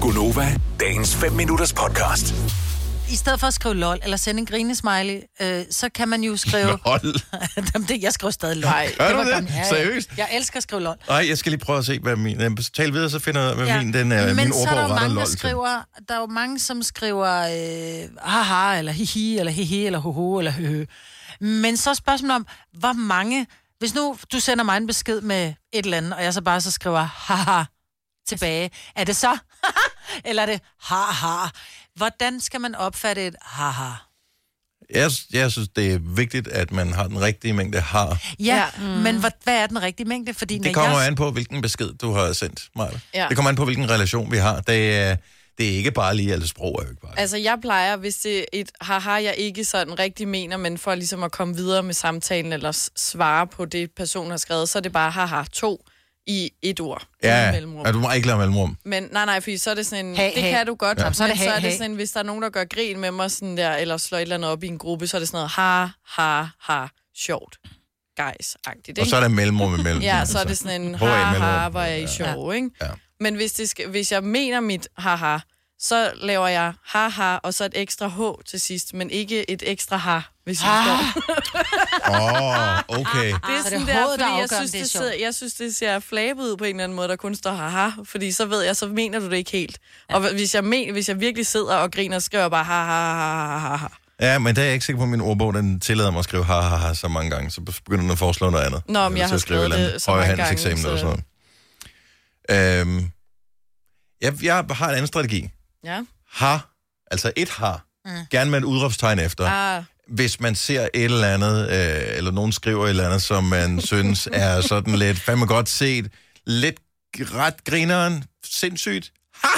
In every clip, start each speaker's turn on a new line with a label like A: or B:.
A: Gunova, dagens 5 minutters podcast.
B: i stedet for at skrive lol, eller sende en grinesmiley, øh, så kan man jo skrive...
C: Hold.
B: Jamen, det, jeg skriver stadig lol.
D: Nej.
C: Gør
B: Det var
C: du det?
B: gammel- Ja, ja.
C: Seriøst?
B: Jeg elsker at skrive lol.
C: Nej, jeg skal lige prøve at se, hvad min... øh, Tal videre, så finder jeg, hvad min, den er,
B: Men
C: min
B: så er der
C: ordbog
B: jo
C: retter
B: mange, der
C: lol til.
B: skriver, der er jo mange, som skriver øh, haha, eller hihi, eller hehe, eller hoho, eller høhø. Men så er spørgsmålet om, hvor mange... Hvis nu du sender mig en besked med et eller andet, og jeg så bare så skriver haha tilbage, er det så eller er det haha? Hvordan skal man opfatte et haha?
C: Jeg, jeg synes, det er vigtigt, at man har den rigtige mængde har.
B: Ja, ja. Mm.
D: Ja.
B: men hvad, hvad er den rigtige mængde? Fordi når
C: Det kommer
B: jeg...
C: an på, hvilken besked du har sendt, Maja.
D: Ja.
C: Det kommer an på, hvilken relation vi har. Det er, det er ikke bare lige, altså sprog er jo ikke bare lige.
D: Altså, jeg plejer, hvis det er et haha, jeg ikke sådan rigtig mener, men for ligesom at komme videre med samtalen eller s- svare på det, personen har skrevet, så er det bare haha to i et ord. Uden
C: Ja,
D: mellemrum.
C: ja, du må ikke lade mellemrum.
D: Men nej, nej, fordi så er det sådan en,
B: Ha,
D: det
B: ha.
D: kan du godt,
B: Ja.
D: ja.
B: Så er det
D: men
B: ha,
D: så er
B: ha.
D: det sådan, hvis der er nogen, der gør grin med mig sådan der, eller slår et eller andet op i en gruppe, så er det sådan noget ha, ha, ha, sjovt, guys-agtigt,
C: Og
D: ikke?
C: så er der mellemrum imellem.
D: Ja, så er det sådan en
C: Altså, Hvor er
D: ha,
C: et
D: ha,
C: mellemrum?
D: hvor er I sjove, ikke?
C: Ja.
D: Men hvis, det skal, hvis jeg mener mit haha, så laver jeg haha, og så et ekstra h til sidst, men ikke et ekstra ha, hvis jeg
C: Ah.
D: står.
C: Åh, oh, okay.
D: Det er
B: Så
D: sådan
B: Ah, det er
D: der,
B: hovedet, der afgør,
D: fordi jeg
B: om
D: synes,
B: det er
D: det
B: sjovt.
D: sidder, jeg synes, det ser flabet ud på en eller anden måde, der kun står haha, fordi så ved jeg, så mener du det ikke helt. Og hvis jeg, men, hvis jeg virkelig sidder og griner, skriver jeg bare haha, haha, haha, haha.
C: Ja, men der er jeg ikke sikker på, at min ordbog den tillader mig at skrive ha, ha, ha så mange gange. Så begynder den at foreslå noget andet.
D: Nå, men
C: Eller
D: jeg
C: til
D: har
C: at skrive et
D: skrevet
C: eller andet
D: det så mange gange,
C: højrehandseksamen
D: så-
C: Eller sådan noget. Øhm, jeg, jeg har en anden strategi.
D: Ja.
C: Ha, altså et har, mm. gerne med et udråbstegn efter.
D: Ah,
C: Hvis man ser et eller andet, øh, eller nogen skriver et eller andet, som man synes er sådan lidt fandme godt set, lidt ret grineren, sindssygt, ha!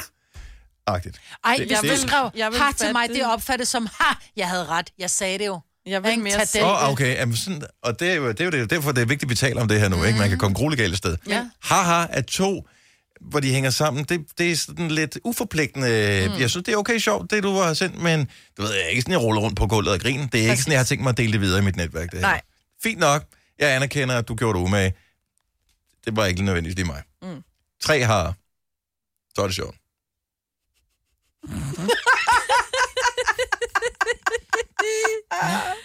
C: Agtigt.
B: Ej,
C: Det-
B: hvis
C: det-
B: du skrev
D: Jeg vil
B: ha til
D: fatte
B: mig, det er
D: det.
B: opfattet som ha, jeg havde ret, jeg sagde det jo.
D: jeg vil
B: Ikke?
D: mere
B: Tag
D: selv.
B: den.
C: Åh, oh, okay. Jamen, sådan, og det er, jo, det er jo det, derfor, det er vigtigt, at vi taler om det her nu. Mm. Ikke? Man kan komme grueligt galt af sted.
B: Ja.
C: Haha er to, hvor de hænger sammen. Det, det er sådan lidt uforpligtende. Mm. Jeg synes, det er okay sjovt, det du har sendt, men du ved, jeg er ikke sådan, jeg ruller rundt på gulvet og griner. Det er ikke sådan, jeg har tænkt mig at dele det videre i mit netværk. Det her.
D: Nej.
C: Fint nok. Jeg anerkender, at du gjorde det umage. Det var ikke lige nødvendigt lige mig. Mm. Tre har. Så er det sjovt.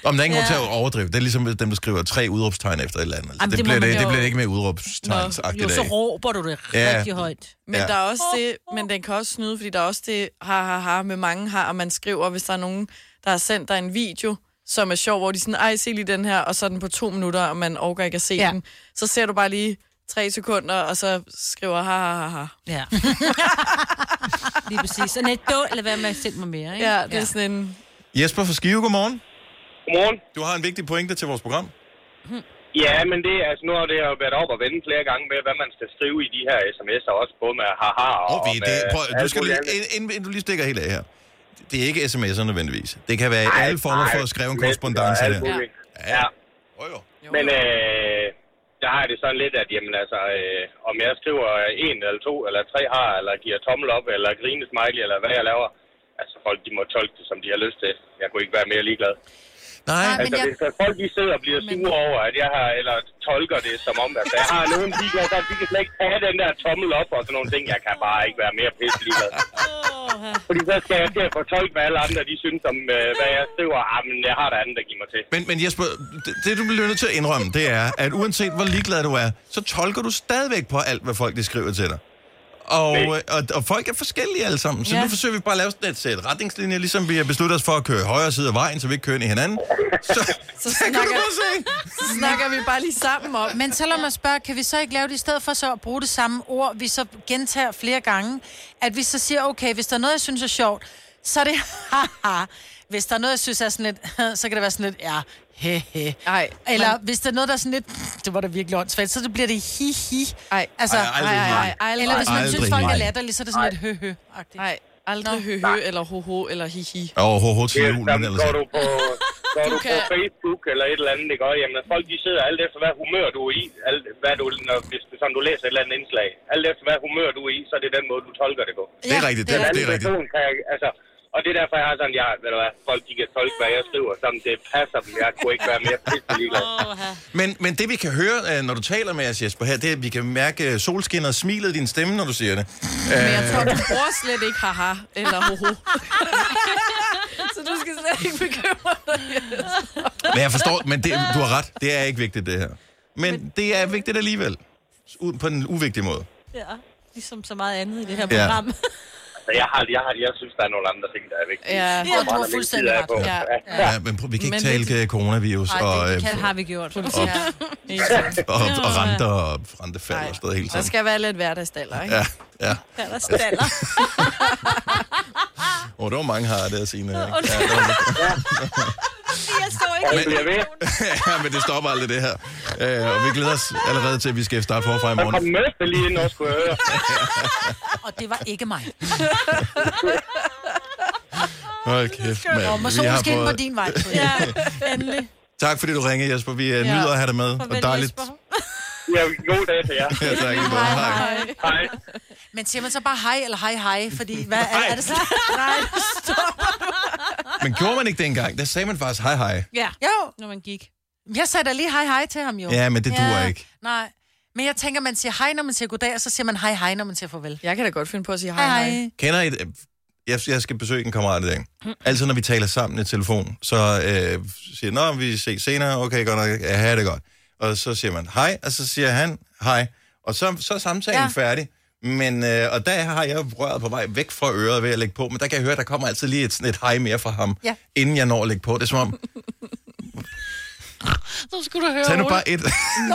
C: Om der er ingen ja. grund til at overdrive. Det er ligesom dem, der skriver tre udråbstegn efter et eller andet.
B: Jamen, det
C: det, det,
B: må
C: bliver
B: man
C: det,
B: jo-
C: det bliver ikke mere
B: Jo,
C: udråbstegnsagtigt
B: så
C: af.
B: råber du det
C: Ja.
B: rigtig højt.
D: Men
C: Ja.
D: ja. der er også det, men den kan også snyde, fordi der er også det ha, ha, ha med mange har, og man skriver, hvis der er nogen, der har sendt dig en video, som er sjov, hvor de sådan, ej, se lige den her, og så er den på to minutter, og man overgår ikke at se
B: Ja.
D: ja. den. Så ser du bare lige tre sekunder, og så skriver ha, ha, ha, ha.
B: Ja. Lige præcis. Så net eller hvad med at sende mig mere, ikke?
D: Ja, det er sådan en...
C: Jesper fra Skive, godmorgen.
E: Godmorgen.
C: Du har en vigtig pointe til vores program.
E: Ja, men det, er- altså, nu har det jo været op og vende flere gange med, hvad man skal skrive i de her sms'er, også både med haha og,
C: Åh, vi,
E: med
C: det, prøv, du
E: alt
C: skal
E: muligt
C: lige,
E: andet.
C: inden, inden- inden du lige stikker helt af her. Det er ikke sms'er nødvendigvis. Det kan være i alle former for at skrive en
E: Messenger og
C: korrespondence
E: alt
C: her.
E: muligt.
C: Ja.
E: Ja.
C: Åh, jo.
E: Men øh, der har jeg det sådan lidt, at jamen, altså, øh, om jeg skriver en eller to eller tre har, eller giver tommel op, eller grine smiley, eller hvad jeg laver, altså folk de må tolke det, som de har lyst til. Jeg kunne ikke være mere ligeglad.
B: Nej,
C: Nej,
B: men
E: Altså,
B: jeg,
E: hvis der folk de sidder og bliver sure over, at jeg har, eller tolker det som om, at jeg har nogen ligeglad, så de kan slet ikke have den der tommel op og sådan nogle ting. Jeg kan bare ikke være mere pisse ligeglad. Fordi så skal jeg til at fortolke, hvad alle andre de synes om, øh, hvad jeg skriver. Ah, men jeg har der andet, der giver mig til.
C: men, men Jesper, det, det du bliver nødt til at indrømme, det er, at uanset hvor ligeglad du er, så tolker du stadigvæk på alt, hvad folk de skriver til dig. Og,
E: Nej.
C: øh, og, og folk er forskellige alle sammen, så ja.
B: Ja.
C: nu forsøger vi bare at lave sådan et sæt retningslinjer, ligesom vi har besluttet os for at køre højre side af vejen, så vi ikke kører ind i hinanden. Så,
D: Så
C: det kan du
D: snakker,
C: godt se.
D: så snakker vi bare lige sammen om...
B: men så lad mig spørge, kan vi så ikke lave det i stedet for så at bruge det samme ord, vi så gentager flere gange, at vi så siger, okay, hvis der er noget, jeg synes er sjovt, så er det haha. Hvis der er noget, jeg synes er sådan lidt, så kan det være sådan lidt, ja, he, he.
D: Ej,
B: Eller
D: man-
B: hvis der er noget, der er sådan lidt, "Mm, det var da virkelig åndssvagt, så det bliver det hi-hi.
D: Ej.
B: altså,
C: Ej, aldrig
D: Ej, ej, ej,
B: Eller hvis man
C: Aldrig
B: synes, folk er
C: hi-hi.
B: latterlige, så er det sådan lidt hø-hø-agtigt.
D: Nej, aldrig høhø, eller hoho, eller hihi.
C: Og HH oh, til
E: Det er
C: jul, men
E: sammen,
C: ellers
E: går
C: ikke.
E: du på, går du,
D: Du
E: på
D: kan-
E: Facebook eller et eller andet, ikke? Og, jamen, folk de sidder alt efter, hvad humør du er i, alt, hvad du, når, hvis du, sådan, du læser et eller andet indslag. Alt efter, hvad humør du er i, så er det den måde, du tolker det på.
C: Det er rigtigt, det,
B: det er
C: er, det, er,
E: Den anden
C: rigtigt.
E: person kan, altså, Og det er derfor, jeg har sådan, jeg, ved du hvad, folk de kan tolke, hvad jeg skriver, som det passer dem. Jeg kunne ikke være mere pisselig ligeglad.
C: Men, men det vi kan høre, øh, når du taler med os, Jesper, her, det er, at vi kan mærke øh, solskinnet og smilet i din stemme, når du siger det.
D: Men jeg tror, du bruger slet ikke haha eller hoho. så du skal slet ikke bekymre dig.
C: Men jeg forstår, men det, du har ret. Det er ikke vigtigt, det her. Men det er vigtigt alligevel. U- på den uvigtige måde.
F: Ja, ligesom så meget andet i det her program.
E: Så jeg, har, jeg, har, jeg synes, der er nogle andre ting, der er vigtige.
D: Ja,
E: Hvor
B: Ja, du
E: meget
B: har
E: tid
B: fuldstændig
E: er
B: ret.
E: på.
D: ja.
C: Ja, ja men prøv, vi kan
D: Men
C: ikke tale øh, coronavirus
F: Ej, det,
C: og, øh,
F: det kan, har vi gjort.
D: ja.
C: og, og renter og rentefald og sådan noget hele
D: Der
C: tiden.
D: skal være lidt hverdagsdaller, ikke?
C: Ja, ja.
F: Eller staller.
C: Åh, oh, der var mange har det at sige. Ja,
F: Jeg så ikke.
E: Jeg bliver ved.
C: ja, men det stopper aldrig det her. Øh, og vi glæder os allerede til, at vi skal starte forfra i
E: Der kom
C: morgen.
E: møffe lige ind og skulle jeg høre.
B: Og det var ikke mig.
C: Hold kæft,
B: Og må
C: mand. Vi
B: solen
C: har
B: skinne på
C: fået...
B: din vej. Britt.
F: Ja, endelig.
C: Tak fordi du ringede, Jesper. Vi øh, nyder at have dig med. Og
F: Farvel,
C: dejligt.
F: Jesper.
E: Ja, god dag til jer.
C: Ja, tak, i lige måde. Hej.
E: Hej.
B: Men siger man så bare hej eller hej hej, fordi hvad er, er det så?
F: Nej.
C: Men gjorde man ikke dengang? Der sagde man faktisk hej hej.
F: Ja,
B: Jo,
F: når man gik.
B: jeg sagde da lige hej hej til ham jo.
C: Ja, men det duer ikke.
B: Nej. Men jeg tænker, man siger hej, når man siger goddag, og så siger man hej hej, når man siger farvel.
D: Jeg kan da godt finde på at sige hej,
B: Hej
D: hej.
B: hej.
C: Kender I det? Jeg, jeg skal besøge en kammerat i dag. Altid, når vi taler sammen i telefon, så øh, siger jeg, Nå, vi ses senere, okay, godt nok, ja, have det godt. Og så siger man hej, og så siger han hej. Og så, så er samtalen ja.
B: Ja.
C: færdig. Men, øh, og der har jeg røret på vej væk fra øret ved at lægge på, men der kan jeg høre, der kommer altid lige et, sådan et hej mere fra ham,
B: Ja.
C: inden jeg når at lægge på. Det er som om,
F: Så skulle du høre,
C: tag nu bare et.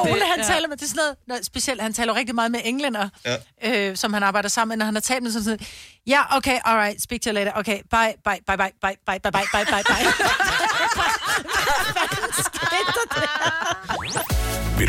B: Ole, han taler med, det er sådan noget, når, specielt, han taler jo rigtig meget med englænder,
C: Ja.
B: ja. øh, som han arbejder sammen med, når han har talt med sådan noget. Ja, okay, alright, speak to you later. Okay, bye, bye, bye, bye, bye, bye, bye, bye, bye, bye, bye.
A: Vil